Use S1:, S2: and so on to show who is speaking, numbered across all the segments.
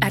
S1: At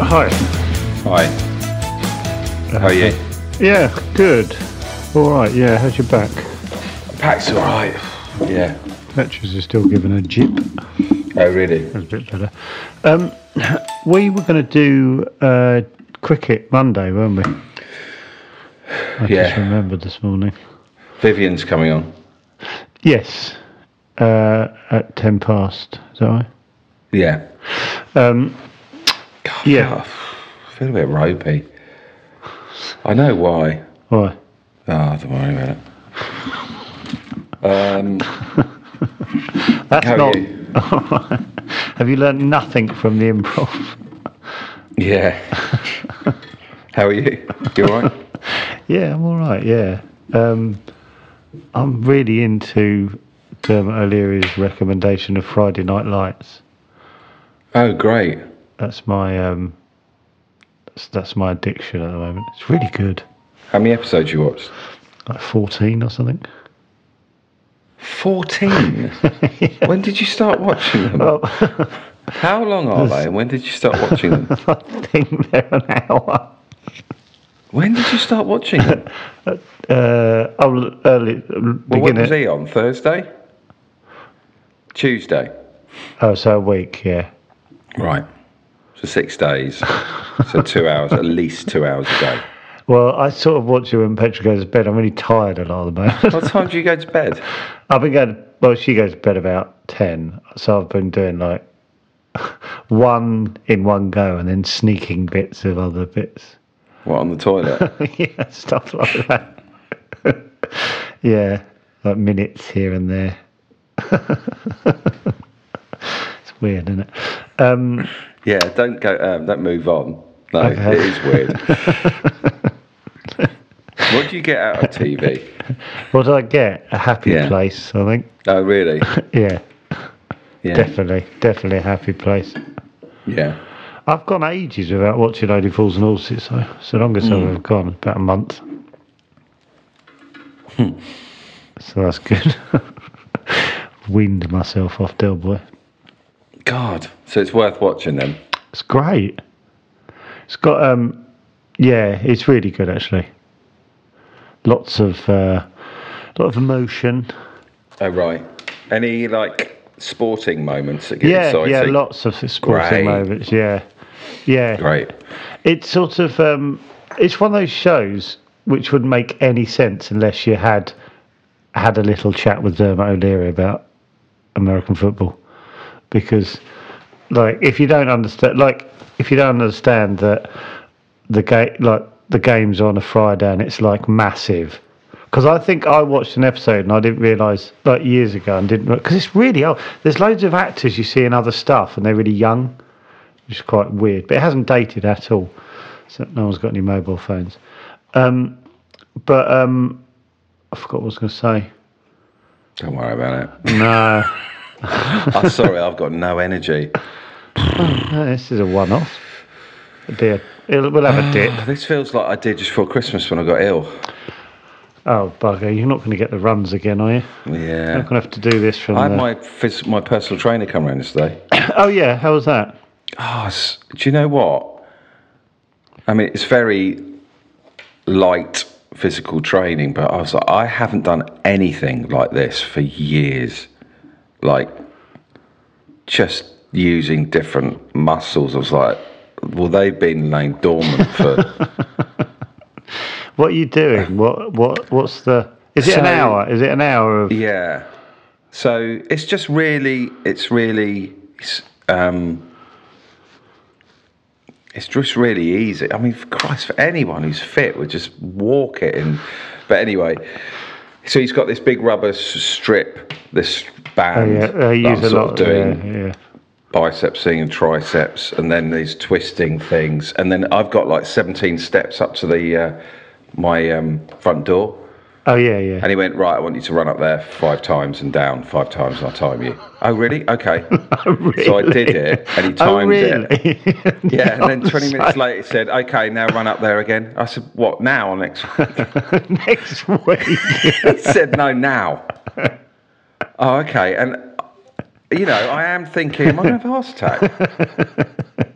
S2: Hi.
S3: Hi. How are you?
S2: Yeah, good. All right. Yeah, how's your back?
S3: Pack's alright. Yeah.
S2: Fletcher's is still giving a jip.
S3: Oh, really?
S2: That's a bit better. Um, we were going to do uh, cricket Monday, weren't we? I just
S3: Yeah.
S2: remembered this morning.
S3: Vivian's coming on.
S2: Yes, uh, at ten past. Is that right?
S3: Yeah.
S2: Um,
S3: God,
S2: Yeah.
S3: I feel a bit ropey. I know why.
S2: why?
S3: Ah, don't worry about it. Um,
S2: That's
S3: How are
S2: not.
S3: you?
S2: Have you learned nothing from the improv?
S3: yeah. How are you? You alright?
S2: Yeah, I'm all right. Yeah, um, I'm really into Dermot O'Leary's recommendation of Friday Night Lights.
S3: Oh, great.
S2: That's my um, that's, that's my addiction at the moment. It's really good,
S3: How many episodes you watched?
S2: like 14 or something.
S3: 14. When did you start watching them? How long are they? And when did you start watching them?
S2: I think they're an hour.
S3: When did you start watching them?
S2: Uh, oh, early
S3: Well, when was
S2: beginning.
S3: he on? Thursday? Tuesday?
S2: Oh, so a week. Yeah,
S3: Right. So six days. so two hours, at least two hours a day.
S2: Well, I sort of watch it when Petra goes to bed. I'm really tired a lot at the moment.
S3: What time do you go to bed?
S2: I've been going. Well, she goes to bed about ten, so I've been doing like one in one go, and then sneaking bits of other bits.
S3: What, on the toilet?
S2: yeah, stuff like that. yeah, like minutes here and there. it's weird, isn't it? Um,
S3: Yeah, don't go, um, don't move on. No,
S2: Okay.
S3: it is weird. what do you get out of TV?
S2: what did I get? A happy
S3: Yeah.
S2: place, I think.
S3: Oh, really?
S2: Yeah,
S3: Yeah.
S2: definitely, definitely a happy place.
S3: Yeah.
S2: I've gone ages without watching Lady Falls and Horses, so it's the longest I've ever gone, about a month. so that's good. Weaned myself off Del Boy.
S3: God. So it's worth watching them.
S2: It's great. It's got um yeah, it's really good actually. Lots of uh lot of emotion.
S3: Oh, right. Any, like, sporting moments that get
S2: Yeah,
S3: exciting?
S2: yeah, lots of sporting
S3: Great.
S2: moments, yeah. Yeah.
S3: Great.
S2: it's sort of um, it's one of those shows which would make any sense unless you had had a little chat with Dermot O'Leary about American football, because like if you don't understand, like if you don't understand that the game, like the game's on a Friday and it's like massive. Because I think I watched an episode and I didn't realise like years ago and didn't because it's really old. There's loads of actors you see in other stuff and they're really young which is quite weird. But it hasn't dated at all. So no one's got any mobile phones. Um, but um, I forgot what I was going to say.
S3: Don't worry about it.
S2: No,
S3: I'm Oh, sorry, I've got no energy. Oh,
S2: no, this is a one-off. Dear, we'll have a dip.
S3: This feels like I did just before Christmas when I got ill.
S2: oh, bugger, you're not going to get the runs again, are you?
S3: Yeah.
S2: I'm going to have to do this from.
S3: I had
S2: the-
S3: my phys- my personal trainer come around yesterday.
S2: Oh, yeah, how was that?
S3: Oh, s- do you know what? I mean, it's very light physical training, but I was like, I haven't done anything like this for years. Like, just using different muscles. I was like, well, they've been laying dormant for.
S2: What are you doing? What what what's the? Is it an
S3: So-
S2: hour? Is it an hour of?
S3: yeah. So it's just really, it's really, it's, um, it's just really easy. I mean, for Christ, for anyone who's fit would just walk it. And but anyway, so he's got this big rubber s- strip, this
S2: Oh,
S3: band.
S2: yeah, they
S3: that
S2: use
S3: I'm
S2: a
S3: sort
S2: lot.
S3: of doing
S2: Yeah, yeah.
S3: bicepsing and triceps, and then these twisting things, and then I've got like 17 steps up to the uh, my um, front door.
S2: Oh yeah, yeah.
S3: And he went, Right, I want you to run up there five times and down five times, and I'll time you. Oh, really? Okay. So I did it, and he
S2: Oh
S3: timed it.
S2: really?
S3: Yeah, and then 20 minutes
S2: later.
S3: later, he said, Okay, now run up there again. I said, What, now or next?
S2: Next week.
S3: he said, No, now. Oh, okay. And, you know, I am thinking, Am I going to have a heart attack?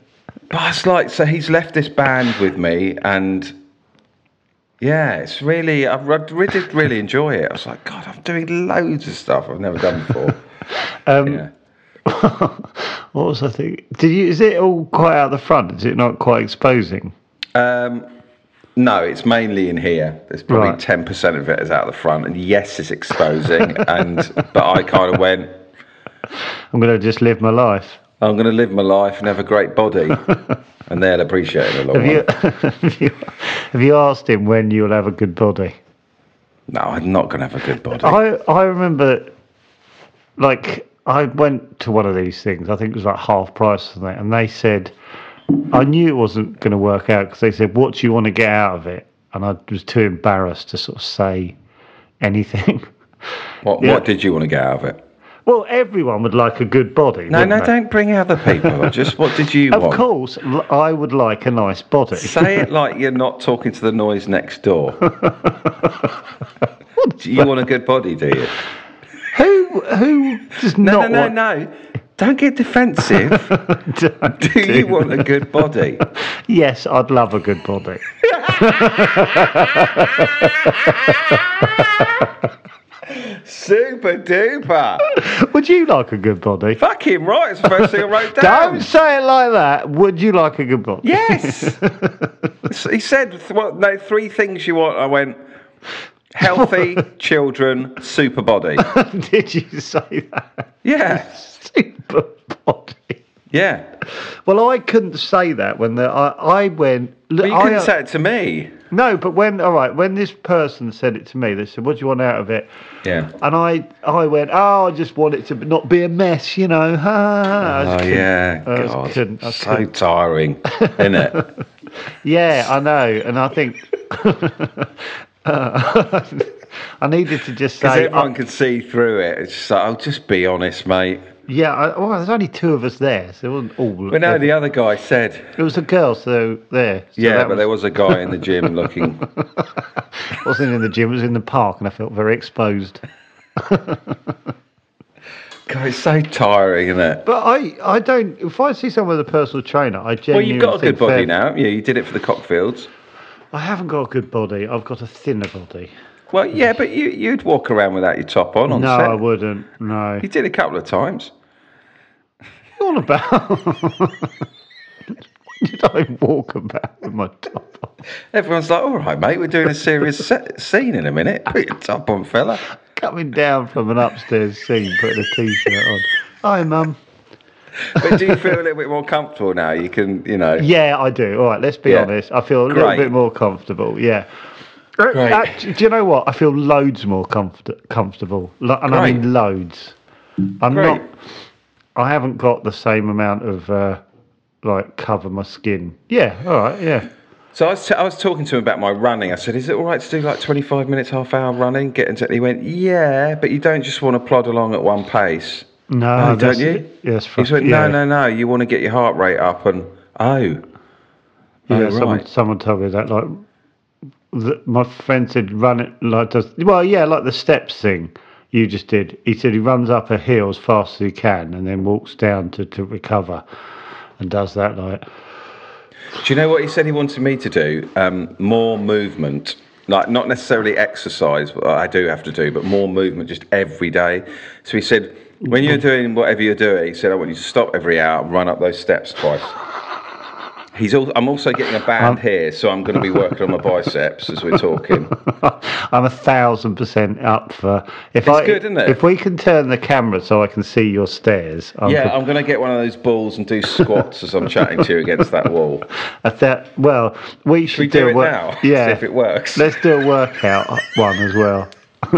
S3: But it's like, so he's left this band with me, and. Yeah, it's really, I re- re- did really enjoy it. I was like, God, I'm doing loads of stuff I've never done before. Um, yeah.
S2: what was I thinking? Did you? Is it all quite out the front? Is it not quite exposing?
S3: No, it's mainly in here. There's probably
S2: Right.
S3: ten percent of it is out the front, and yes, it's exposing. and but I kind of went,
S2: I'm gonna just live my life.
S3: I'm going to live my life and have a great body, and they'll appreciate it a lot.
S2: Have you, have you have you asked him when you'll have a good body?
S3: No, I'm not going to have a good body.
S2: I I remember, like I went to one of these things. I think it was like half price or something, and they said, I knew it wasn't going to work out because they said, "What do you want to get out of it?" And I was too embarrassed to sort of say anything.
S3: what
S2: yeah.
S3: What did you want to get out of it?
S2: well, everyone would like a good body.
S3: No,
S2: wouldn't
S3: no,
S2: they?
S3: don't bring other people. Just what did you
S2: Of
S3: want?
S2: course, l- I would like a nice body.
S3: Say it like you're not talking to the noise next door. do you want a good body? Do you?
S2: who who does
S3: No,
S2: not
S3: no,
S2: want
S3: no, no. Don't get defensive.
S2: to-
S3: do you want a good body?
S2: Yes, I'd love a good body.
S3: Super duper.
S2: Would you like a good body?
S3: Fucking right. It's the first thing I wrote down.
S2: Don't say it like that. Would you like a good body?
S3: Yes. So he said, th- what, no, three things you want. I went, healthy, children, super body.
S2: Did you say that?
S3: Yeah.
S2: Super body.
S3: Yeah.
S2: Well, I couldn't say that when the, I, I went.
S3: But
S2: Look,
S3: you couldn't
S2: I, uh,
S3: say it to me.
S2: No, but when, all right, when this person said it to me, they said, what do you want out of it?
S3: Yeah.
S2: And I, I went, oh, I just want it to not be a mess, you know. Ha, ha, ha." I just couldn't-
S3: Oh, yeah.
S2: I just
S3: God.
S2: couldn't- I
S3: so
S2: couldn't.
S3: tiring, isn't it?
S2: Yeah, I know. And I think uh, I needed to just
S3: Because
S2: say, uh,
S3: everyone can see through it. It's just like, oh, just be honest, mate.
S2: yeah, I, well, there's only two of us there, so it wasn't all.
S3: But no, the other guy said,
S2: It was a girl, so there. So
S3: yeah,
S2: that
S3: but
S2: was-
S3: there was a guy in the gym looking.
S2: wasn't in the gym, it was in the park, and I felt very exposed.
S3: God, it's so tiring, isn't it?
S2: But I, I don't. If I see someone with a personal trainer, I
S3: Well,
S2: genuinely.
S3: you've got a
S2: think
S3: good
S2: fair-
S3: body now. Yeah, you did it for the Cockfields.
S2: I haven't got a good body. I've got a thinner body.
S3: Well, yeah, but you, you'd walk around without your top on on
S2: no,
S3: set.
S2: I wouldn't. No.
S3: You did a couple of times.
S2: all about? What Did I walk about with my top on?
S3: Everyone's like, all right, mate, we're doing a serious set, scene in a minute. Put your top on, fella.
S2: Coming down from an upstairs scene, putting a t-shirt on. Hi, mum.
S3: But do you feel a little bit more comfortable now? You can, you know.
S2: Yeah, I do. All right, let's be
S3: Yeah.
S2: honest. I feel a
S3: Great.
S2: little bit more comfortable. Yeah. Uh,
S3: Great.
S2: act- do you know what? I feel loads more comfort- comfortable, Lo- and I
S3: Great.
S2: mean loads. I'm
S3: Great.
S2: not. I haven't got the same amount of uh, like cover my skin. Yeah. All right. Yeah.
S3: So I was, t- I was talking to him about my running. I said, is it all right to do like 25 minutes, half hour running? Get into it. He went, yeah, but you don't just want to plod along at one pace.
S2: No,
S3: oh, don't
S2: that's-
S3: you?
S2: Yes.
S3: He went, no, no, no. You want to get your heart rate up and, oh.
S2: Yeah,
S3: oh,
S2: someone,
S3: right.
S2: someone told me that like that my friend said run it like does well yeah like the steps thing you just did he said he runs up a hill as fast as he can and then walks down to, to recover and does that like
S3: Do you know what he said he wanted me to do? Um, more movement. Like, not necessarily exercise, but I do have to do, but more movement just every day. So he said, when you're doing whatever you're doing, he said, I want you to stop every hour and run up those steps twice. He's al- I'm also getting a
S2: Um,
S3: band here, so I'm going to be working on my biceps as we're talking.
S2: I'm a thousand percent up for if I
S3: good, isn't it?
S2: if we can turn the camera so I can see your stairs I'm
S3: Yeah, I'm going to get one of those balls and do squats as I'm chatting to you against that wall.
S2: I th- well, we should
S3: we do
S2: a
S3: it
S2: work-
S3: now?
S2: Yeah,
S3: See if it works.
S2: Let's do a workout one as well.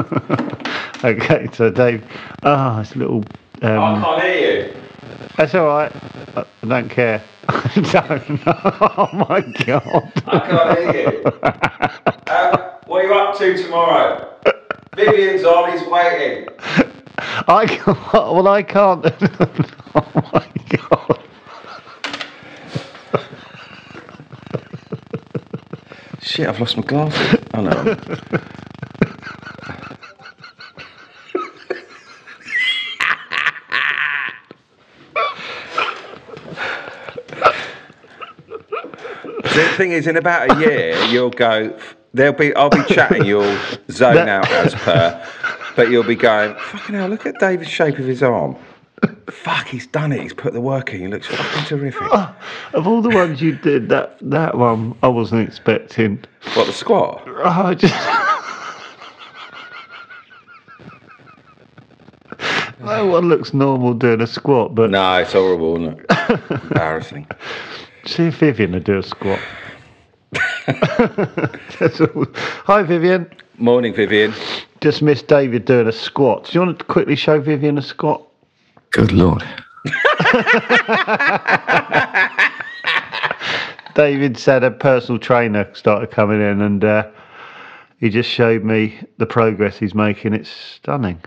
S2: okay, so Dave, ah, it's a little. Um,
S3: can't hear you.
S2: that's all right. I I don't care. don't. Oh my god.
S3: I can't hear you. what are you up to tomorrow? Vivian's on, he's waiting.
S2: I can't, well, I can't. oh my god.
S3: Shit, I've lost my glasses. Oh no. the thing is, in about a year, you'll go. There'll be. I'll be chatting. You'll zone
S2: That-
S3: out as per. But you'll be going. Fucking hell! Look at David's shape of his arm. Fuck, he's done it. He's put the work in. He looks fucking terrific.
S2: Of all the ones you did, that that one I wasn't expecting.
S3: What the squat?
S2: Oh, I just. no one looks normal doing a squat, but
S3: No, it's horrible, isn't it? Embarrassing.
S2: see if Vivian will do a squat. That's all. Hi, Vivian.
S3: Morning, Vivian.
S2: Just missed David doing a squat. Do you want to quickly show Vivian a squat?
S4: Good lord.
S2: David said a personal trainer started coming in and uh, he just showed me the progress he's making. It's stunning.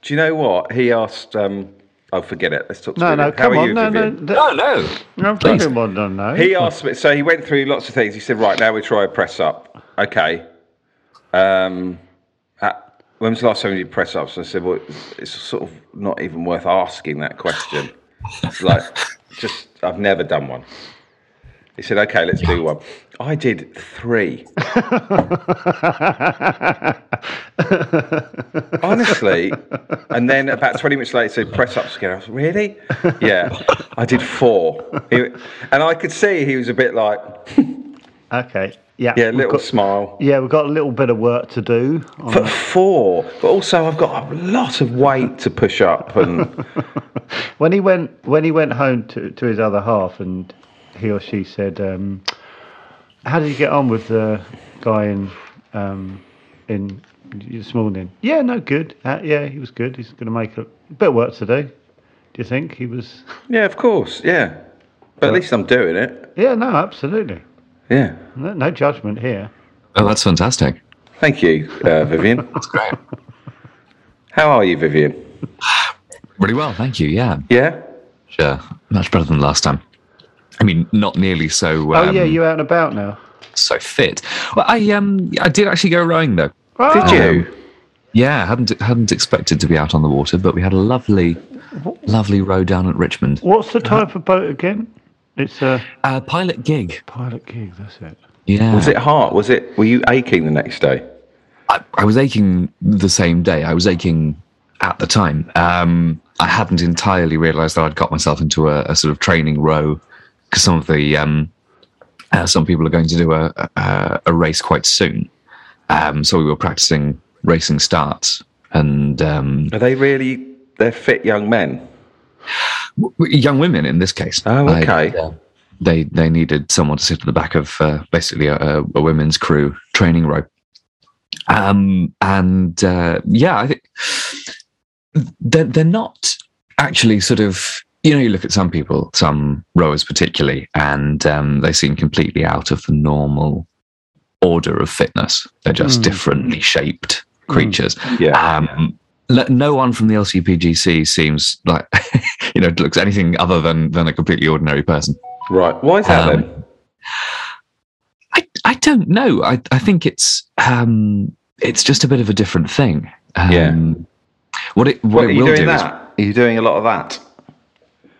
S3: Do you know what he asked? Um, oh, forget it. Let's talk. To
S2: No,
S3: Vivian.
S2: no,
S3: How
S2: come
S3: are
S2: on.
S3: you,
S2: no, no,
S3: Vivian?
S2: th-
S4: Oh, no.
S2: no,
S4: please.
S2: no, no, no.
S3: He asked me. So he went through lots of things. He said, "Right now, we try a press up." Okay. Um, uh, when was the last time you did press ups? I said, "Well, it's- it's sort of not even worth asking that question." It's like, just I've never done one. He said, "Okay, let's do one." I did three. Honestly, and then about 20 minutes later, he said, press ups again. I was really? Yeah, I did four. He- and I could see he was a bit like,
S2: Okay. Yeah.
S3: yeah,
S2: we've
S3: little
S2: got-
S3: smile.
S2: Yeah, we've got a little bit of work to do. on-
S3: But four, but also I've got a lot of weight to push up. And
S2: When he went when he went home to, to his other half, and he or she said, um, "How did you get on with the guy in um, in this morning?" Yeah, no, good. Uh, yeah, he was good. He's going to make a bit of work to do. Do you think he was?
S3: yeah, of course, yeah. But at least I'm doing it.
S2: Yeah, no, absolutely.
S3: Yeah.
S2: No, no judgment here.
S4: Oh, that's fantastic.
S3: Thank you, uh, Vivian.
S4: That's great.
S3: How are you, Vivian?
S4: Really well, thank you. Yeah,
S3: Yeah?
S4: sure. Much better than last time. I mean, not nearly so. Um,
S2: oh yeah, you're out and about now.
S4: so fit. Well, I um, I did actually go rowing though.
S2: Oh,
S3: Did you?
S4: Yeah, hadn't hadn't expected to be out on the water, but we had a lovely, lovely row down at Richmond.
S2: What's the type of boat again? It's a
S4: Uh, pilot gig.
S2: pilot gig. That's it.
S4: Yeah,
S3: Was it hard? Was it? Were you aching the next day?
S4: I, I was aching the same day. I was aching at the time. Um, I hadn't entirely realised that I'd got myself into a, a sort of training row because some of the um, uh, some people are going to do a a, a race quite soon. Um, so we were practicing racing starts, and um,
S3: Are they really? They're fit young men.
S4: w- young women in this case.
S3: Oh,
S4: I-
S3: okay.
S4: uh, they they needed someone to sit at the back of uh, basically a, a, a women's crew training row. Um, and uh, yeah, I think they're they're not actually sort of you know you look at some people, some rowers particularly, and um, they seem completely out of the normal order of fitness. They're just
S3: Hmm.
S2: Mm.
S4: differently shaped creatures.
S3: Yeah.
S4: Um, le- no one from the LCPGC seems like you know looks anything other
S2: Um,
S4: than than a completely ordinary person.
S3: Right. Why is that
S4: Um,
S3: then?
S4: I, I I don't know. I, I think it's um, it's just a bit of a different thing. Um,
S3: Yeah.
S4: What it what,
S3: What, are
S4: it
S3: you
S4: will
S3: doing
S4: do is
S3: that? Are you doing a lot of that?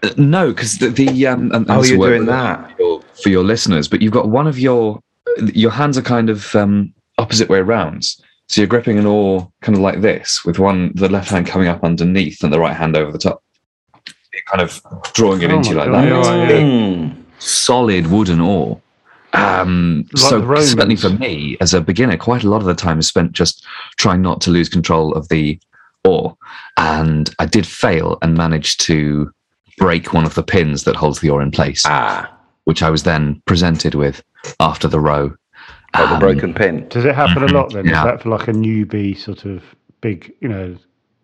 S4: uh, no, because the, the um, and, and
S3: Oh,
S4: this
S3: you're
S4: will work
S3: doing
S4: with-
S3: that.
S4: for your, for your listeners, but you've got one of your your hands are kind of um, opposite way round. So you're gripping an oar kind of like this, with one the left hand coming up underneath and the right hand over the top. You're kind of drawing it
S2: Oh
S4: into you
S2: my
S4: like
S2: God.
S4: that. It's a
S2: Yeah.
S4: big,
S3: Mm.
S4: solid wooden oar. Um,
S2: Like the
S4: so
S2: Romans.
S4: certainly for me as a beginner, quite a lot of the time is spent just trying not to lose control of the oar. And I did fail and managed to break one of the pins that holds the oar in place
S3: Ah,
S4: which I was then presented with after the row.
S3: got the
S4: Um,
S3: broken pin.
S2: Does it happen a lot then? Is
S4: Yeah.
S2: that for like a newbie sort of big, you know,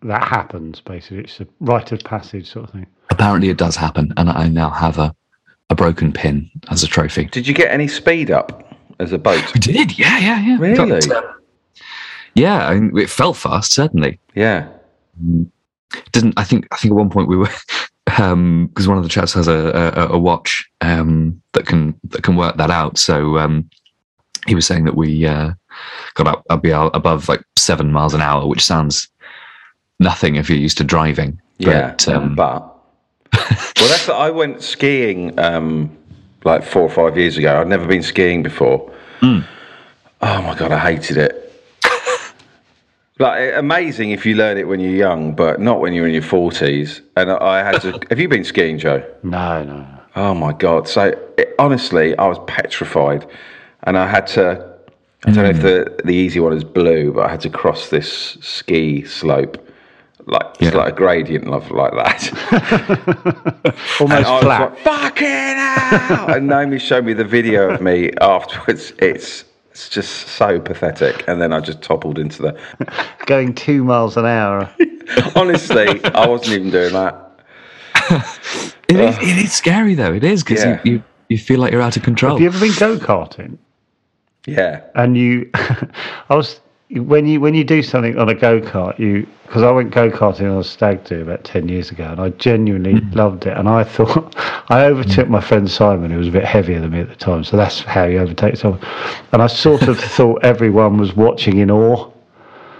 S2: that happens basically? It's a rite of passage sort of thing.
S4: Apparently, it does happen, and I now have a, a broken pin as a trophy.
S3: Did you get any speed up as a boat?
S4: I did, yeah, yeah, yeah.
S3: Really?
S4: Got, uh, yeah, I mean, it fell fast. Certainly
S3: Yeah.
S4: didn't. I think. I think at one point we were because one of the chaps has a a, a watch um, that can that can work that out. So um, he was saying that we uh, got up, up be out above like seven miles an hour, which sounds nothing if you're used to driving.
S3: Yeah,
S4: But, um,
S3: but well, that's I went skiing um, like four or five years ago. I'd never been skiing before. Mm. Oh my god, I hated it. like eh, amazing if you learn it when you're young, but not when you're in your forties. And I, I had to. have you been skiing, Joe?
S2: No, no, no.
S3: Oh my god! So it, honestly, I was petrified, and I had to. I don't know
S2: Hmm.
S3: if the the easy one is blue, but I had to cross this ski slope, like it's like a gradient love like that. and
S2: Almost
S3: I was
S2: flat.
S3: like, "Fucking hell!" and Naomi showed me the video of me afterwards. It's it's just so pathetic. And then I just toppled into the.
S2: Going two miles an hour.
S3: Honestly, I wasn't even doing that.
S4: It is, it is scary though. It is because
S3: uh, Yeah.
S4: you, you you feel like you're out of control.
S2: Have you ever been go karting?
S3: Yeah.
S2: and you i was when you when you do something on a go-kart you because i went go-karting on a stag do about 10 years ago and i genuinely loved it and i thought i overtook my friend simon who was a bit heavier than me at the time so that's how you overtake someone and i sort of thought everyone was watching in awe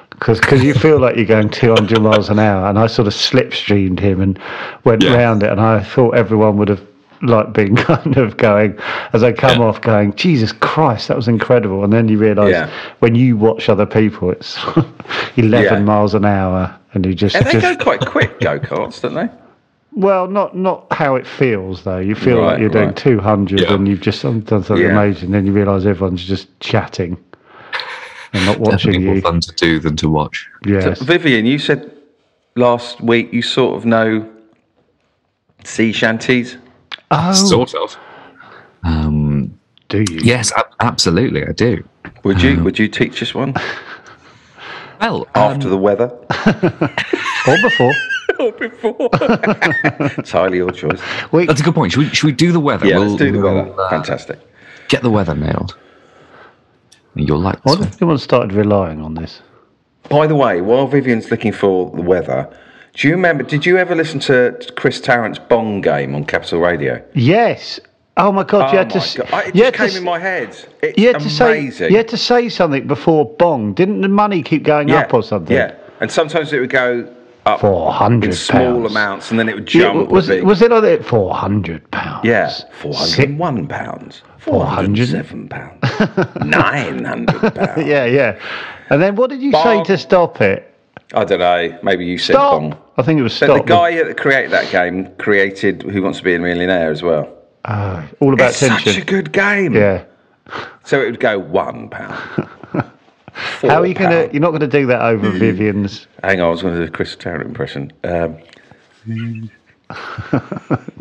S2: because you feel like you're going 200 miles an hour and i sort of slipstreamed him and went round it and i thought everyone would have like been kind of going as i come off going jesus christ that was incredible and then you realize
S3: Yeah.
S2: when you watch other people it's 11
S3: Yeah.
S2: miles an hour and you just,
S3: And they
S2: just
S3: go quite quick go karts, don't they?
S2: well not not how it feels though you feel
S3: Right,
S2: like you're doing
S3: right.
S2: 200 and you've just done something
S3: Yeah.
S2: amazing then you realize everyone's just chatting and not watching
S4: Definitely more
S2: you
S4: fun to do than to watch.
S2: yes
S3: Vivian, you said last week you sort of know sea shanties.
S2: oh
S4: Sort of. Um,
S2: do you
S4: yes, ab- absolutely, I do.
S3: Would
S2: Mm.
S3: you would you teach us one
S4: Well, um,
S3: after the weather
S2: or before
S3: or before? Entirely your choice.
S4: that's a good point. Should we, should we do the weather?
S3: Yeah, let's do the weather.
S4: we'll, uh,
S3: Fantastic.
S4: get the weather nailed. You'll
S2: I
S4: like this
S2: wonder
S4: one.
S2: if anyone Oh, started relying on this.
S3: By the way, while Vivian's looking for the weather, do you remember? Did you ever listen to Chris Tarrant's Bong Game on Capital Radio?
S2: Yes. Oh my God! you had to.
S3: my
S2: s-
S3: God. I- It
S2: you
S3: just
S2: had
S3: came
S2: to,
S3: in my head. It's
S2: You had to
S3: amazing.
S2: say. You had to say something before bong. Didn't the money keep going up or something?
S3: Yeah, and sometimes it would go up
S2: Four
S3: in
S2: hundred
S3: small amounts, and then it would
S2: Yeah,
S3: jump.
S2: w- was
S3: a
S2: it?
S3: bit.
S2: Was it like that? Four hundred pounds.
S3: Yeah, four hundred
S2: Six-
S3: and one pounds, four hundred
S2: 400?
S3: seven pounds, nine hundred pounds.
S2: Yeah, yeah. And then what did you say
S3: Bong.
S2: to stop it?
S3: I don't know. Maybe you said
S2: Stop.
S3: bong.
S2: I think it was
S3: But
S2: stop.
S3: the guy that created that game created Who Wants to Be a Millionaire as well.
S2: Oh, all about
S3: It's
S2: tension.
S3: such a good game.
S2: yeah.
S3: So it would go one pound.
S2: How are you going
S3: pound.
S2: to? You're not going to do that over
S3: Hmm.
S2: Vivian's.
S3: Hang on, I was going to do a Chris Tarrant impression. Um,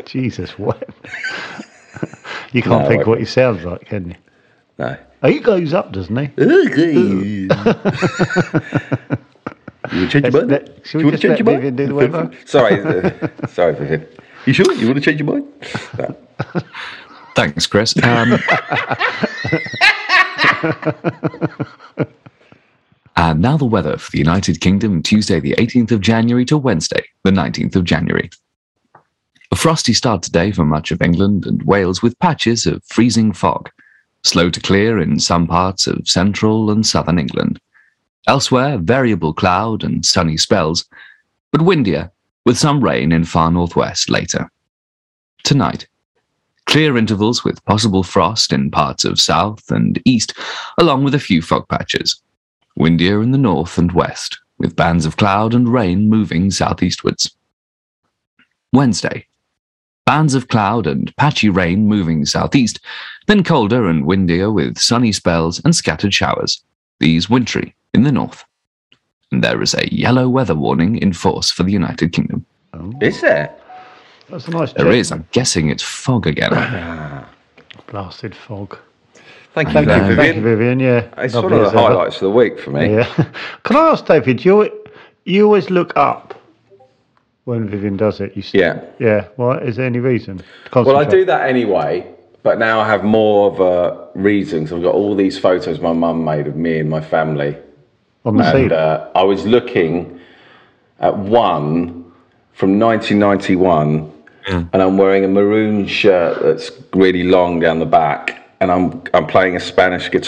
S2: Jesus, what? you can't
S3: No,
S2: think
S3: I-
S2: what he sounds like, can you?
S3: no.
S2: Oh, he goes up, doesn't he?
S3: you want to change your mind?
S2: let- should we just
S3: you want to
S2: let
S3: change your
S2: Vivian
S3: mind?
S2: do the weather?
S3: sorry, uh, sorry, Vivian. You sure? You want to change your mind? No.
S4: Thanks, Chris. Um, and now the weather for the United Kingdom, Tuesday, the 18th of January to Wednesday, the 19th of January. A frosty start today for much of England and Wales with patches of freezing fog. slow to clear in some parts of central and southern England. Elsewhere, variable cloud and sunny spells, but windier, with some rain in far northwest later. Tonight, clear intervals with possible frost in parts of south and east, along with a few fog patches. Windier in the north and west, with bands of cloud and rain moving southeastwards. Wednesday, bands of cloud and patchy rain moving southeast, then colder and windier with sunny spells and scattered showers, these wintry in the north. And there is a yellow weather warning in force for the United Kingdom.
S3: Is there?
S2: That's a nice.
S4: There
S2: jet.
S4: is, I'm guessing it's fog again.
S2: blasted fog.
S3: Thank you,
S4: Thank you,
S3: Vivian.
S2: Thank you, Vivian. Yeah,
S3: It's
S2: lovely
S3: one of the
S2: as ever.
S3: highlights of the week for me.
S2: Yeah. Can I ask David? You you always look up when Vivian does it. You s-
S3: Yeah.
S2: Yeah. Well, is there any reason?
S3: Well, I do that anyway, but now I have more of a reason. So I've got all these photos my mum made of me and my family.
S2: on the
S3: And
S2: seat.
S3: uh, I was looking at one from 1991, and I'm wearing a maroon shirt that's really long down the back, and I'm I'm playing a Spanish guitar.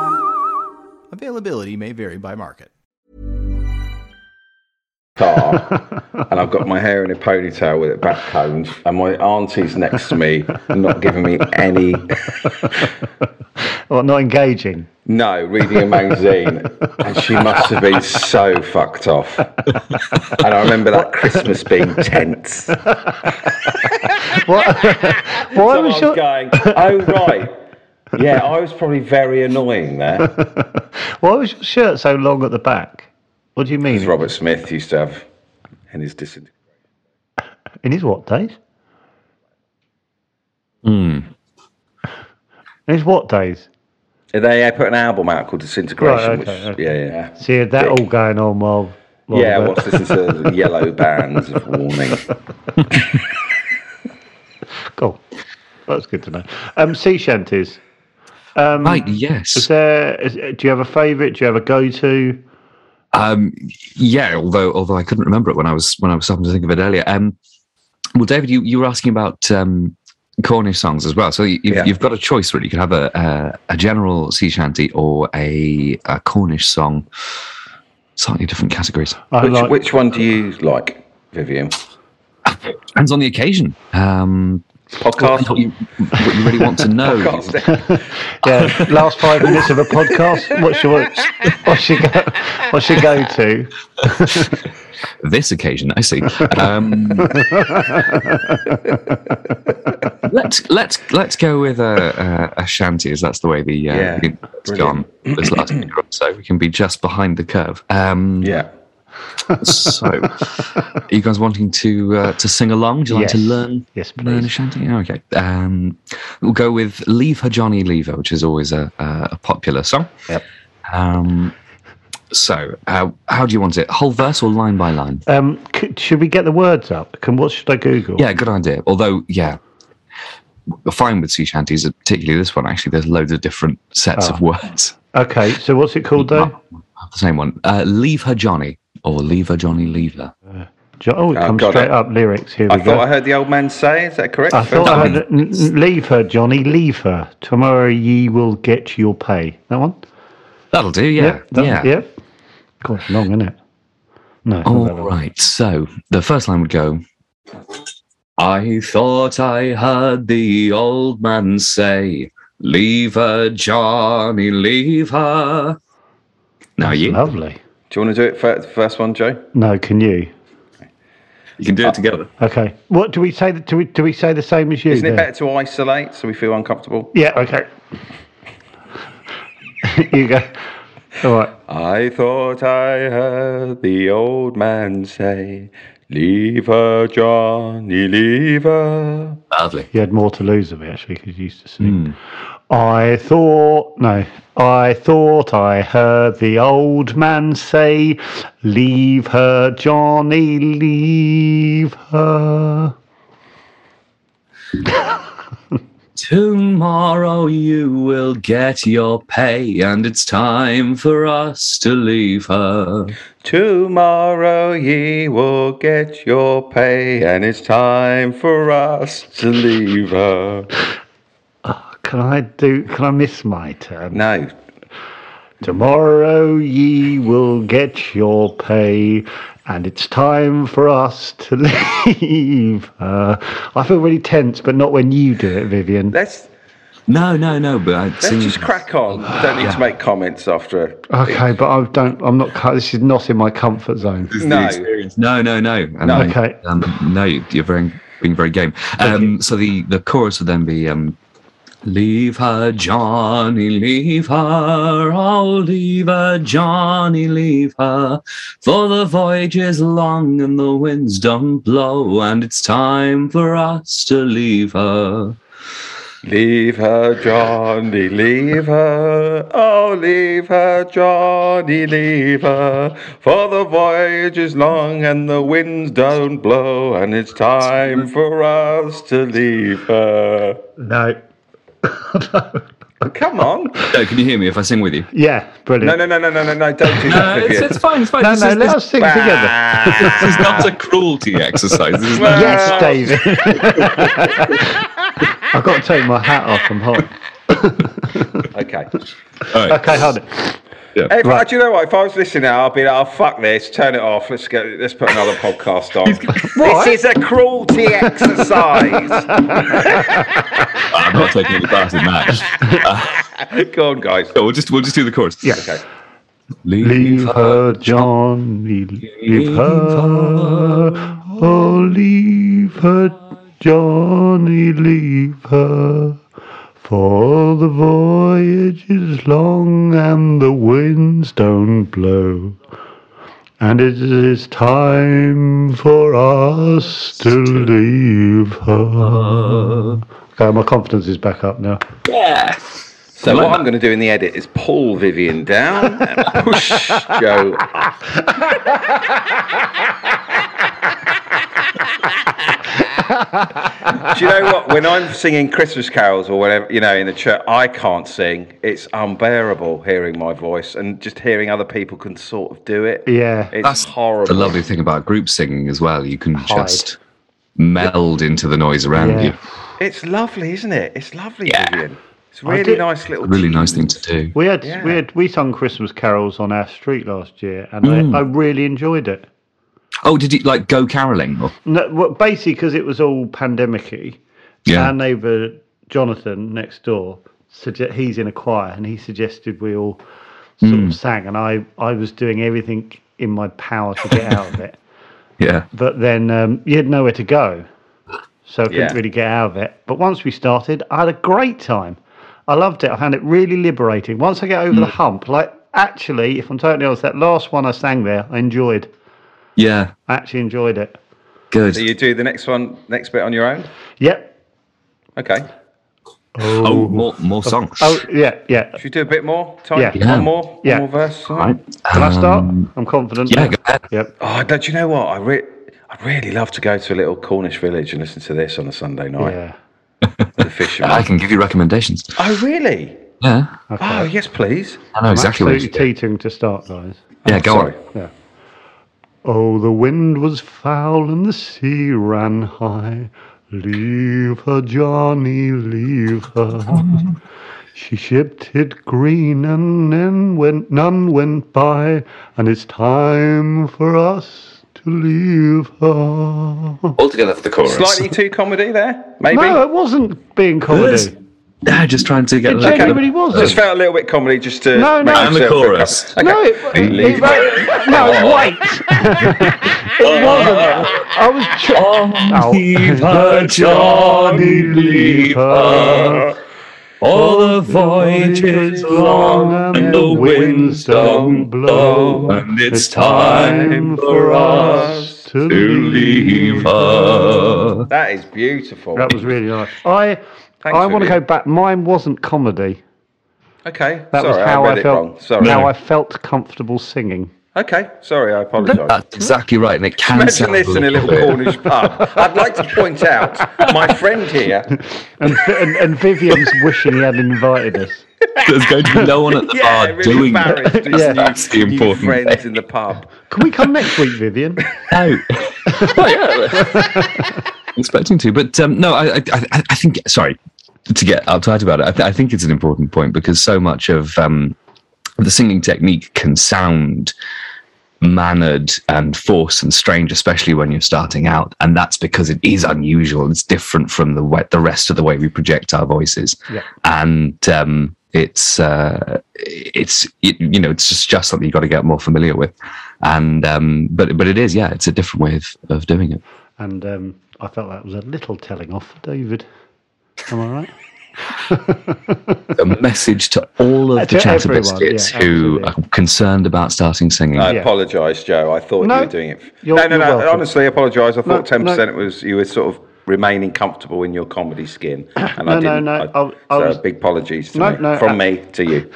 S5: Availability may vary by market.
S3: car and I've got my hair in a ponytail with it back combed and my auntie's next to me not giving me any
S2: Well, not engaging.
S3: no reading a magazine and she must have been so fucked off and I remember that Christmas being tense
S2: What? Why
S3: Someone's
S2: was your
S3: going oh right yeah I was probably very annoying there
S2: Why was your shirt so long at the back? What do you mean?
S3: as Robert Smith used to have in his dis-
S2: In his what days?
S4: Hmm.
S2: In his what days?
S3: they uh, put an album out called Disintegration
S2: Right,
S3: which
S2: okay,
S3: yeah yeah
S2: See, had that all going on while. while
S3: yeah,
S2: the-
S3: what's this? to the yellow bands of warning.
S2: Cool. That's good to know. Um, sea shanties.
S4: right,
S2: Is
S4: yes.
S2: there? Is, do you have a favourite? Do you have a go-to?
S4: Um, yeah, although although I couldn't remember it when I was when I was starting to think of it earlier. Um, well, David, you, you were asking about um, Cornish songs as well. So you, you've,
S3: Yeah.
S4: you've got a choice really. You could have a a, a general sea shanty or a, a Cornish song. Slightly different categories.
S2: I
S3: Which,
S2: like
S3: which one do you like, Vivian?
S4: Depends on the occasion. Um,
S3: Podcast.
S4: what you, what you really want to know.
S3: podcast.
S2: yeah, last five minutes of a podcast. What's your what's your go, what's your go-to?
S4: this occasion. I see. Um, let's let's let's go with a, a, a shanty, as that's the way the uh,
S3: Yeah,
S4: the internet's gone
S3: brilliant.
S4: this last year or so. We can be just behind the curve. Um,
S3: yeah.
S4: So, are you guys wanting to uh, to sing along? Do you like to
S2: Yes.
S4: learn?
S2: Yes,
S4: Learn a
S2: please.
S4: shanty. Oh, Okay. Um, we'll go with "Leave Her Johnny Leave Her," which is always a, a a popular song.
S2: Yep.
S4: Um, so, uh, how do you want it? Whole verse or line by line?
S2: Um, c- should we get the words up? Can what should I Google?
S4: Yeah, good idea. Although, yeah, fine with sea shanties, particularly this one. Actually, there's loads of different sets of words.
S2: Okay. So what's it called
S3: Mm,
S2: though?
S4: The same one. Uh, leave her, Johnny, or leave her, Johnny, leave her.
S2: Jo- Oh, it
S3: I've
S2: comes
S3: got
S2: straight
S3: it.
S2: up lyrics. Here
S3: I
S2: we go.
S3: thought I heard the old man say. Is that correct?
S2: I thought I heard, n- n- leave her, Johnny, leave her. Tomorrow ye will get your pay. That one?
S4: That'll do. Yeah,
S2: that-
S4: yeah.
S2: Yep. God, it's long, isn't it? No. it's not
S4: All
S2: that
S3: Oh.
S2: long.
S4: right. So the first line would go. I thought I heard the old man say, "Leave her, Johnny, leave her." Now you,
S2: Lovely.
S3: Do you want to do it for first one, Joe?
S2: No, can you?
S4: you can do it together.
S2: Okay. What do we say? That, do we do we say the same as you?
S3: Isn't it
S2: then?
S3: better to isolate so we feel uncomfortable?
S2: Yeah. Okay. you go. All right.
S3: I thought I heard the old man say, "Leave her, Johnny, leave her."
S4: Lovely.
S3: Hmm.
S2: You had more to lose than me actually because you used to sing. I thought, no, I thought I heard the old man say, Leave her, Johnny, leave her.
S4: Tomorrow you will get your pay, and it's time for us to leave her.
S3: Tomorrow ye will get your pay, and it's time for us to leave her.
S2: Can I do, can I miss my turn?
S3: No,
S2: Tomorrow ye will get your pay, and it's time for us to leave her. I feel really tense, but not when you do it, Vivian.
S3: let's
S4: No, no, no, but i
S3: let's just crack on. Don't need to make comments after.
S2: Okay, but I don't. I'm not. co- This is not in my comfort zone.
S3: No,
S4: No, no, no. And
S3: No.
S4: I-
S2: Okay.
S4: Um, no, you- you're very being very game. Um, so the the chorus would then be. Um, Leave her, Johnny, leave her. Oh, leave her, Johnny, leave her. For the voyage is long and the winds don't blow, and it's time for us to leave her.
S3: leave her, Johnny, leave her. Oh, leave her, Johnny, leave her. For the voyage is long and the winds don't blow, and it's time for us to leave her.
S2: No.
S3: Come on.
S4: No, can you hear me if I sing with you?
S2: Yeah,
S3: No,
S2: brilliant.
S3: no, no, no, no, no, no, don't do
S4: No,
S3: that.
S4: it's,
S3: Vivian.
S4: it's fine. It's fine.
S2: No,
S4: This
S2: no,
S4: is-
S2: let us sing together.
S4: this is not a cruelty exercise. This is not
S3: Ah.
S2: Yes, David. I've got to take my hat off. I'm hot.
S3: Okay.
S4: all right.
S2: Okay, hold it.
S3: If, Do you know what? If I was listening now, I'd be like, "Oh fuck this! Turn it off. Let's go. Let's put another podcast on." this is a cruelty exercise.
S4: I'm not taking any part in that.
S3: go on, guys.
S4: No, we'll just we'll just do the chorus. Yeah.
S3: Okay.
S4: Leave,
S2: Leave her, Johnny. Leave her. Oh, leave her, Johnny. Leave her. For the voyage is long and the winds don't blow. And it is time for us to leave her. Okay, my confidence is back up now.
S4: Yeah.
S3: So what I'm going to do in the edit is pull Vivian down and push Joe. up. do you know what? When I'm singing Christmas carols or whatever, you know, in the church, I can't sing. It's unbearable hearing my voice and just hearing other people can sort of do it.
S2: Yeah.
S3: It's
S4: That's
S3: horrible.
S4: The lovely thing about group singing as well, you can
S2: Hide.
S4: just meld into the noise around
S2: Yeah.
S4: you.
S3: It's lovely, isn't it? It's lovely, Vivian. It's
S2: I
S3: really
S2: did-
S3: nice little.
S4: Really nice thing to do.
S2: We had
S3: Yeah.
S2: we had we sung Christmas carols on our street last year, and I, I really enjoyed it.
S4: Oh, did you like go caroling? Or,
S2: No, well, basically because it was all pandemicy.
S4: yeah.
S2: Our neighbour Jonathan next door, sugge- he's in a choir, and he suggested we all sort of sang, and I I was doing everything in my power to get out of it,
S4: yeah.
S2: but then um, you had nowhere to go, so I couldn't
S3: Yeah.
S2: really get out of it. But once we started, I had a great time. I loved it. I found it really liberating. Once I get over the
S4: Hmm.
S2: hump, like actually, if I'm totally honest, that last one I sang there, I enjoyed.
S4: Yeah.
S2: I actually enjoyed it.
S4: Good.
S3: So you do the next one, next bit on your own.
S2: Yep.
S3: Okay.
S4: oh, more more songs.
S2: Oh yeah, yeah.
S3: Should we do a bit more time?
S2: Yeah.
S4: Yeah.
S3: One more?
S2: Yeah.
S3: One more verse?
S4: Right.
S2: Can I start?
S4: Um,
S2: I'm confident.
S4: yeah, go ahead.
S2: Yep.
S3: Oh, don't you know what? I re- I'd really love to go to a little Cornish village and listen to this on a Sunday night.
S2: Yeah.
S3: The fisherman.
S4: I can give you recommendations.
S3: Oh, really?
S4: Yeah.
S3: Oh, yes, please.
S4: I know exactly what you
S2: Absolutely
S4: do.
S2: teetering to start, guys.
S4: Yeah, go
S3: Sorry.
S4: on.
S2: Oh, the wind was foul and the sea ran high. Leave her, Johnny, leave her. She shipped it green and then went, none went by, and it's time for us to leave her.
S4: All together for the chorus.
S3: Slightly too comedy there, maybe?
S2: No, it wasn't being
S4: Good.
S2: comedy.
S4: Yeah, just trying to get a
S2: It
S4: little bit of-
S2: genuinely wasn't.
S3: Just felt a little bit comedy just to.
S2: No, no.
S3: make
S2: And
S4: the
S3: yourself feel
S4: chorus.
S3: comfortable.
S2: No, it, it,
S3: Leave
S2: it- no, wait. it wasn't. I was. Tr- Oh.
S4: Leave her, Johnny, leave
S2: leave
S4: her.
S2: her.
S4: All the voyage is long and the winds don't blow, and it's time for us
S2: to
S4: to leave her.
S3: That is beautiful.
S2: That was really nice. I
S3: Thanks,
S2: I want to go
S3: Vivian.
S2: back. Mine wasn't comedy.
S3: Okay,
S2: That
S3: sorry,
S2: was how
S3: I
S2: I,
S3: read it wrong.
S2: felt.
S3: Sorry.
S2: How I felt comfortable singing.
S3: Okay, sorry, I apologise.
S4: That's exactly right, and it can
S3: Imagine
S4: sound
S3: this in a little
S4: bit-
S3: Cornish pub. I'd like to point out, my friend here,
S2: And, and, and Vivian's wishing he had invited us.
S4: There's going to be no one at the
S3: yeah,
S4: bar
S3: really
S4: doing
S3: embarrassed.
S4: that.
S3: His
S2: Yeah.
S3: new,
S4: That's the
S3: new
S4: important
S3: friends
S4: thing.
S3: in the pub.
S2: Can we come next week, Vivian?
S4: No. oh, yeah. Expecting to, but um, no, I, I, I I think, sorry, to get uptight about it, I, th- I think it's an important point because so much of um, the singing technique can sound mannered and forced and strange, especially when you're starting out. And that's because it is unusual. It's different from the way, the rest of the way we project our voices. And um, it's uh, it's it, you know it's just, just something you got to get more familiar with. And um, but but it is yeah, it's a different way of, of doing it.
S2: And um, I felt that was a little telling off for David. Am I right?
S4: A message to all of
S2: Uh, To
S4: the
S2: everyone,
S4: chatterbiscuits
S2: yeah,
S4: who
S2: absolutely.
S4: are concerned about starting singing.
S3: I
S2: Yeah.
S3: apologise, Joe. I thought
S2: No,
S3: you were doing it. f-
S2: you're-
S3: no, no,
S2: you're
S3: no.
S2: welcome.
S3: Honestly, apologise. I thought
S2: No,
S3: ten
S2: no.
S3: percent was you were sort of remaining comfortable in your comedy skin, and
S2: No, no,
S3: I didn't.
S2: no,
S3: I,
S2: I- I
S3: so
S2: was-
S3: big apologies to
S2: No,
S3: me,
S2: no,
S3: from
S2: I-
S3: me to you.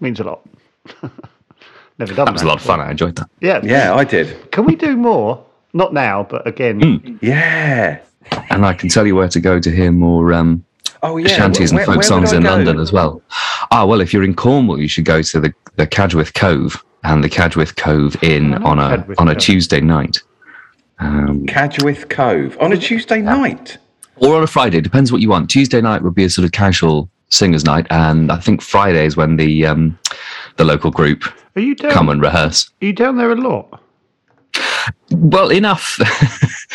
S2: Means a lot. Never done that.
S4: That was a lot of fun. I enjoyed that.
S2: Yeah.
S3: Yeah, I did.
S2: Can we do more? Not now, but again.
S4: Mm.
S3: Yeah.
S4: And I can tell you where to go to hear more um,
S3: Oh yeah.
S4: shanties and
S3: Where-
S4: folk
S3: where would
S4: songs
S3: I
S4: in
S3: go?
S4: London as well. Ah, well, if you're in Cornwall, you should go to the, the Cadgwith Cove and the Cadgwith Cove Inn
S3: Ah,
S4: on a
S2: Cadgwith
S4: on a
S2: Cove.
S4: Tuesday night Um,
S3: Cadgwith Cove on a Tuesday night.
S4: or on a Friday. Depends what you want. Tuesday night would be a sort of casual singers' night, and I think Friday is when the um, the local group
S2: Are you
S3: Hmm.
S2: down?
S4: come and rehearse.
S2: Are you down there a lot?
S4: Well, enough,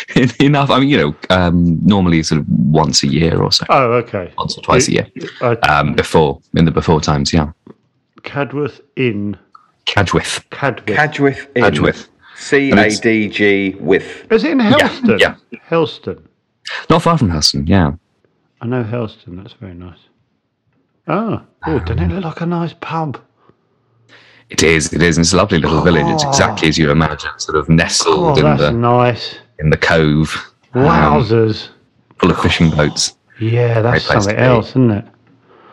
S4: En- enough. I mean, you know, um, normally sort of once a year or so,
S2: Oh, okay.
S4: once or twice a year.
S2: Uh,
S3: Hmm.
S4: Um, before in the before times, yeah.
S2: Cadworth in
S4: Cadgwith,
S2: Cadworth.
S3: Cadgwith Inn.
S4: Cadgwith.
S3: C A D G with.
S2: Is it in Helston?
S4: yeah.
S2: Helston.
S4: Not far from Hudson, yeah.
S2: I know Helston. That's very nice. Oh, oh, doesn't it look like a nice pub?
S4: It is, it is. And it's a lovely little village. It's exactly as you imagine, sort of
S2: Oh,
S4: nestled in
S2: that's
S4: the
S2: nice.
S4: in the cove,
S2: Wowzers.
S4: full of fishing boats.
S2: yeah, that's
S4: place to
S2: something
S4: be.
S2: else, isn't it?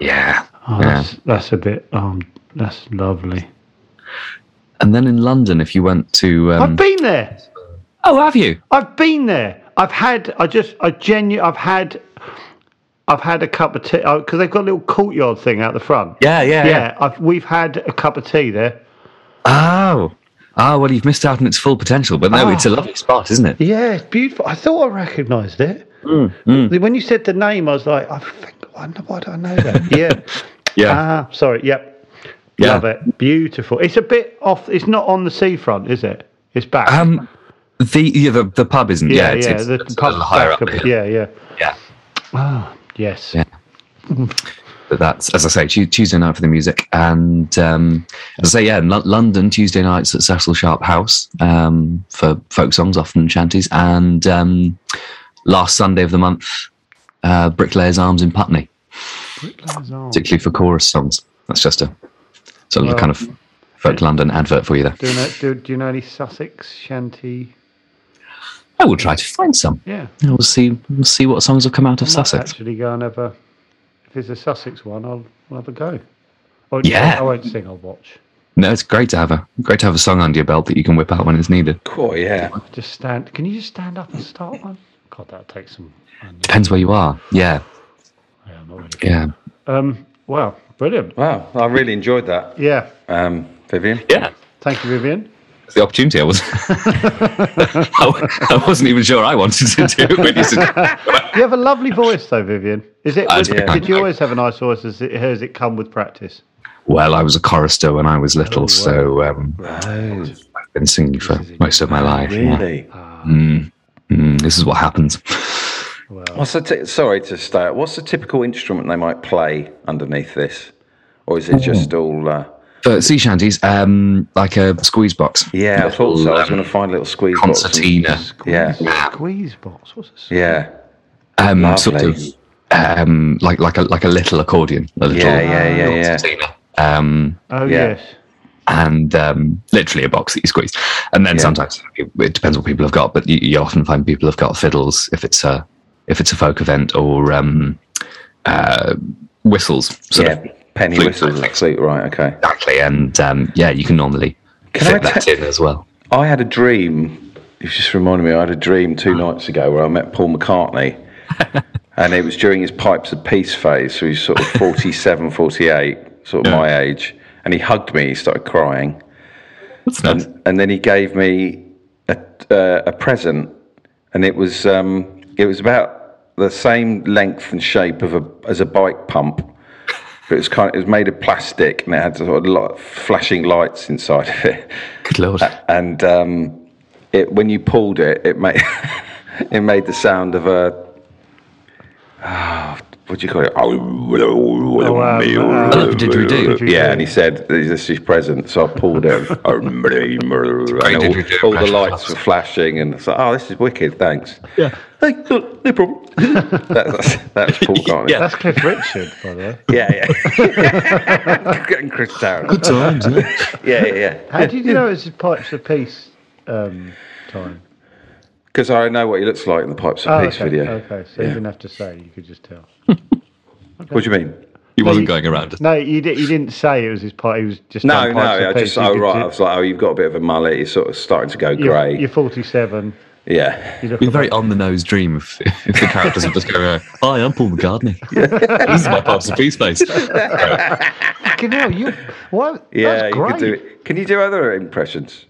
S4: Yeah.
S2: Oh,
S4: yeah.
S2: that's, that's a bit. Um, that's lovely.
S4: And then in London, if you went to um,
S2: I've been there.
S4: oh, have you?
S2: I've been there. I've had. I just. I genu. I've had. I've had a cup of tea because they've got a little courtyard thing out the front.
S4: Yeah, yeah,
S2: yeah. I've, we've had a cup of tea there.
S4: Oh, oh, well, you've missed out on its full potential. But no,
S2: Ah.
S4: it's a lovely spot, isn't it?
S2: Yeah, it's beautiful. I thought I recognised it. When you said the name, I was like, I think, I know, why do I know that? yeah.
S4: Yeah,
S2: Ah, sorry. Yep.
S4: yeah.
S2: Love it. Beautiful. It's a bit off. It's not on the seafront, is it? It's back.
S4: Um, the yeah, the, the pub isn't.
S2: yeah,
S4: Yeah, it's,
S2: yeah.
S4: it's,
S2: the
S4: it's a
S2: pub's
S4: little higher up.
S2: back a bit.
S4: here.
S2: Yeah, yeah.
S4: yeah.
S2: Yes.
S4: Yeah. But that's as I say, Tu- Tuesday night for the music, and um, as I say, yeah, in L- London Tuesday nights at Cecil Sharp House um, for folk songs, often shanties, and um, last Sunday of the month, uh, Bricklayers Arms in Putney, particularly for chorus songs. That's just a sort of a kind of folk London advert for you there.
S2: Do, you know, do, do you know any Sussex shanty?
S4: I will try to find some.
S2: Yeah.
S4: We'll see. We'll see what songs have come out of
S2: might
S4: Sussex.
S2: Actually, go and have a. If it's a Sussex one, I'll, I'll have a go. I won't-
S4: Yeah.
S2: I won't sing. I'll watch.
S4: No, it's great to have a great to have a song under your belt that you can whip out when it's needed.
S3: Cool, yeah.
S2: Just stand. Can you just stand up and start one? God, that'll take some. I need-
S4: Depends where you are. Yeah,
S2: yeah, I'm not really-
S4: yeah.
S2: Um. Wow. Brilliant.
S3: Wow, I really enjoyed that,
S2: Yeah.
S3: um, Vivian.
S4: Yeah.
S2: Thank you, Vivian.
S4: the opportunity I was. I, I wasn't even sure I wanted to do it. When you said,
S2: You have a lovely voice, though, Vivian. Is it?
S4: I
S2: was-
S4: do.
S2: Did you always have a nice voice? Has it, has it come with practice?
S4: well, I was a chorister when I was
S3: Oh,
S4: little, so um, I've been singing for most of my life. yeah.
S3: Really?
S4: Mm, this is what happens.
S3: What's the t- sorry to stay. What's the typical instrument they might play underneath this, or is it just all? Uh,
S4: But sea shanties, um, like a squeeze box.
S3: yeah, I thought so. I was
S4: um,
S3: going to find a little squeeze. box and-
S4: concertina.
S3: Yeah,
S2: Squeeze box. What's this?
S3: yeah,
S4: Um,
S3: Lovely.
S4: sort of, um, like like a like a little accordion. A little,
S3: yeah, yeah, yeah, yeah.
S4: concertina. Um,
S2: Oh
S3: Yeah.
S2: yes.
S4: and um, literally a box that you squeeze. And then sometimes it depends what people have got, but you, you often find people have got fiddles if it's a if it's a folk event or um, uh, whistles. Sort
S3: yeah,
S4: of
S3: penny
S4: flute
S3: whistles
S4: type
S3: and
S4: things.
S3: flute, right? Okay.
S4: Exactly, and um, yeah, you can normally
S3: Can I
S4: fit that
S3: ta-
S4: in as well.
S3: I had a dream. You've just reminded me. I had a dream two nights ago where I met Paul McCartney, and it was during his Pipes of Peace phase. So he's sort of 47, 48, sort of my age, and he hugged me. He started crying,
S4: That's nice.
S3: and then he gave me a, uh, a present, and it was um, it was about the same length and shape of a as a bike pump. But it was kind of, it was made of plastic and it had sort of lot of flashing lights inside of it.
S4: Good lord.
S3: and um, it when you pulled it, it made it made the sound of a ah, what do you call it?
S4: Hello, did we do?
S3: yeah, and he said, "This is present." So I pulled it, and all,
S4: didgeridoo
S3: all the
S4: impression.
S3: lights were flashing, and it's like, "Oh, this is wicked, thanks." Yeah, hey, no, no problem. that, that's, that's Paul McCartney.
S4: Yeah.
S2: That's Cliff Richard, by the way.
S3: yeah, yeah. and Chris Tarrant.
S4: Times, yeah.
S3: Yeah, yeah, yeah.
S2: How did you know it's his Pipes of Peace um, time?
S3: Because I know what he looks like in the Pipes of
S2: Oh,
S3: Peace
S2: okay.
S3: video.
S2: Okay, so you didn't have to say; you could just tell.
S3: What do you mean?
S4: He wasn't going around.
S2: No, you, di- you didn't say it was his part. He was just
S3: No,
S2: doing
S3: no.
S2: Pipes of
S3: I
S2: Peace.
S3: just
S2: You
S3: oh
S2: could
S3: right.
S2: do-
S3: I was like, oh, you've got a bit of a mullet. You're sort of starting to go
S2: you're,
S3: grey.
S2: You're 47.
S3: Yeah,
S2: You look
S4: It'd be
S2: about-
S4: very on the nose dream if, if the characters would just go, uh, Hi, I'm Paul McCartney. this is my Pipes of Peace face.
S2: Fucking hell, you. What?
S3: yeah.
S2: That's
S3: You
S2: great.
S3: could do it. Can you do other impressions?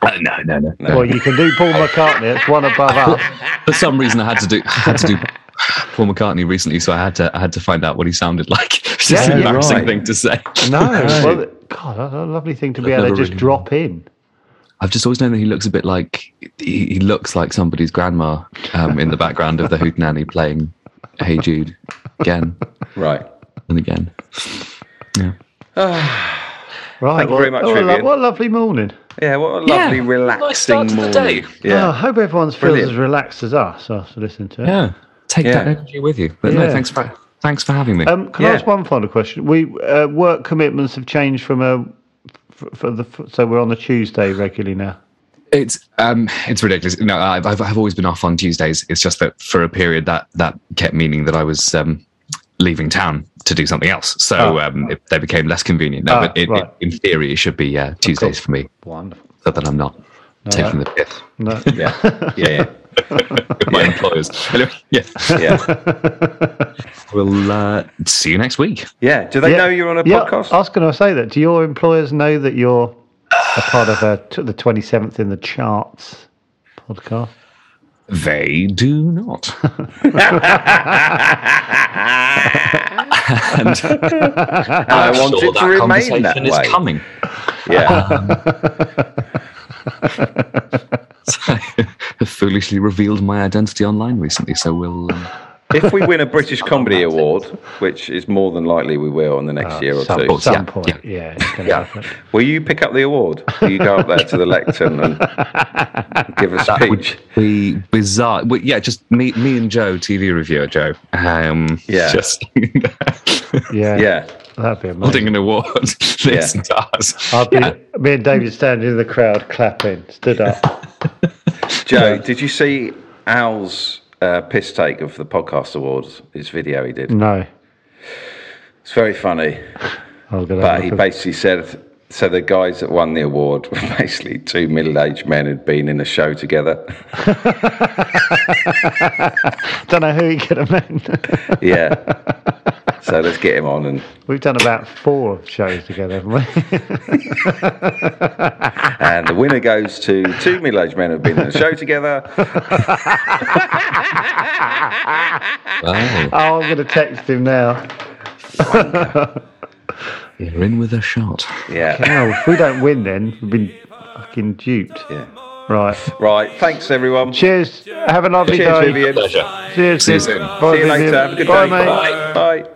S4: Uh, no, no, no.
S2: Well, you can do Paul McCartney. It's one above us.
S4: For some reason, I had to do had to do Paul McCartney recently, so I had to I had to find out what he sounded like. It's just
S3: Yeah,
S4: an embarrassing
S3: right.
S4: thing to say.
S2: No,
S3: Oh,
S2: well, God, that's a lovely thing to be able to
S4: Another
S2: just
S4: original.
S2: drop in.
S4: I've just always known that he looks a bit like he, he looks like somebody's grandma um, in the background of the Hootenanny playing Hey Jude again
S3: Right.
S4: and again.
S2: Right.
S3: Thank you
S2: well,
S3: very much,
S2: oh, what, a lo-
S3: Vivian.
S2: what a lovely morning.
S3: Yeah. What a lovely,
S4: Yeah,
S3: relaxing
S4: nice start to the
S3: morning.
S4: day.
S2: Oh, I
S3: Yeah.
S2: hope everyone feels
S3: Brilliant.
S2: as relaxed as us after listening to it.
S4: Yeah, take that
S3: Yeah.
S4: energy with you. But
S2: Yeah.
S4: no, thanks for thanks for having me.
S2: Um, can I
S3: Yeah.
S2: ask one final question? We uh, work commitments have changed from a for, for the f- so we're on the Tuesday regularly now.
S4: It's um, it's ridiculous. No, I've, I've I've always been off on Tuesdays. It's just that for a period that that kept meaning that I was um, leaving town to do something else. So um, it, they became less convenient. No,
S2: Ah,
S4: but it,
S2: right.
S4: it, in theory, it should be uh, Tuesdays for me,
S2: Wonderful.
S4: so that I'm not taking the piss
S2: No.
S3: Yeah. Yeah.
S4: with my employers. Anyway, yeah,
S3: Yeah. yeah.
S4: we'll uh, see you next week.
S3: Yeah. Do they know you're on a
S2: Yeah,
S3: podcast?
S2: I was going to say that. Do your employers know that you're a part of uh t- the twenty seventh in the charts podcast?
S4: They do not. and
S3: I
S4: I'm
S3: want
S4: sure
S3: it to remain that
S4: conversation is
S3: way.
S4: coming.
S3: Yeah.
S4: I have foolishly revealed my identity online recently, so we'll. Um,
S3: if we win a British Comedy Award, which is more than likely we will in the next year or two,
S2: At some
S4: yeah,
S2: point,
S4: yeah.
S2: yeah. it's gonna
S4: Yeah.
S2: happen.
S3: will you pick up the award? Will you go up there to the lectern and give a
S4: that would
S3: speech?
S4: be bizarre. Well, yeah, just me, me and Joe, TV reviewer Joe. Um,
S3: Yeah.
S4: just
S2: yeah,
S3: Yeah.
S2: that'd be amazing.
S4: holding an award. This does.
S2: I'd be, Me and David standing in the crowd, clapping, stood up.
S3: Joe, did you see Al's uh, piss take of the podcast awards? His video he did.
S2: no,
S3: It's very funny,
S2: I was going to.
S3: but he basically said. So the guys that won the award were basically two middle-aged men who'd been in a show together.
S2: Don't know who he could have meant.
S3: Yeah. so let's get him on, and
S2: We've done about four shows together, haven't we?
S3: and the winner goes to two middle-aged men who've been in a show together.
S4: Wow,
S2: Oh, I'm going to text him now.
S4: you're in with a shot.
S3: Yeah.
S2: Now, if we don't win, then we've been fucking duped.
S3: yeah.
S2: Right.
S3: Right. Thanks, everyone.
S2: Cheers. Have a lovely
S3: Cheers,
S2: day.
S3: Vivian.
S2: Cheers.
S4: See you soon.
S2: Bye,
S3: See you later.
S2: Vivian.
S3: Have a good
S2: Bye,
S3: day.
S2: mate.
S3: Bye. Bye.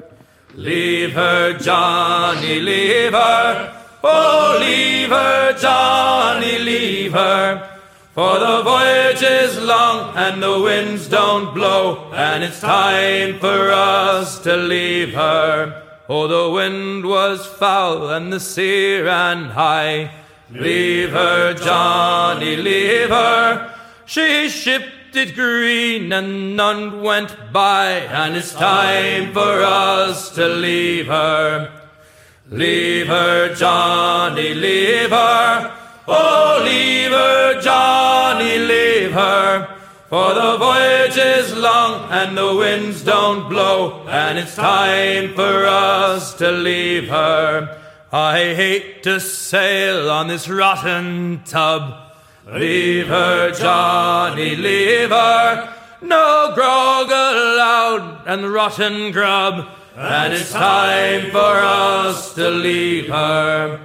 S6: Leave her, Johnny, leave her. Oh, leave her, Johnny, leave her. For the voyage is long and the winds don't blow, and it's time for us to leave her. Oh, the wind was foul and the sea ran high. Leave her, Johnny, leave her. She shipped tinted green and none went by, and it's time for us to leave her. Leave her, Johnny, leave her. Oh, leave her, Johnny, leave her. For the voyage is long and the winds don't blow, and it's time for us to leave her. I hate to sail on this rotten tub. Leave her, Johnny, leave her. No grog allowed and rotten grub. And it's time for us to leave her.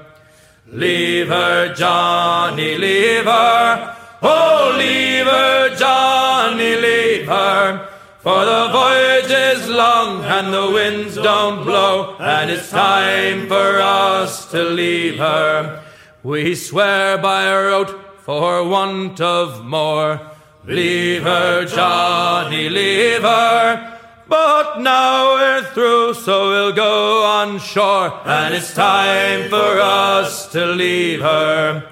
S6: Leave her, Johnny, leave her. Oh, leave her, Johnny, leave her. For the voyage is long and the winds don't blow. And it's time for us to leave her. We swear by rote for want of more. Leave her, Johnny, leave her. But now we're through, so we'll go on shore. And it's time for us to leave her.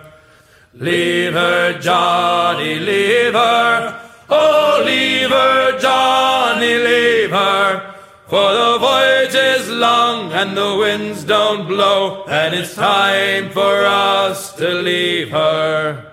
S6: Leave her, Johnny, leave her. Oh, leave her, Johnny, leave her. For the voyage is long and the winds don't blow. And it's time for us to leave her.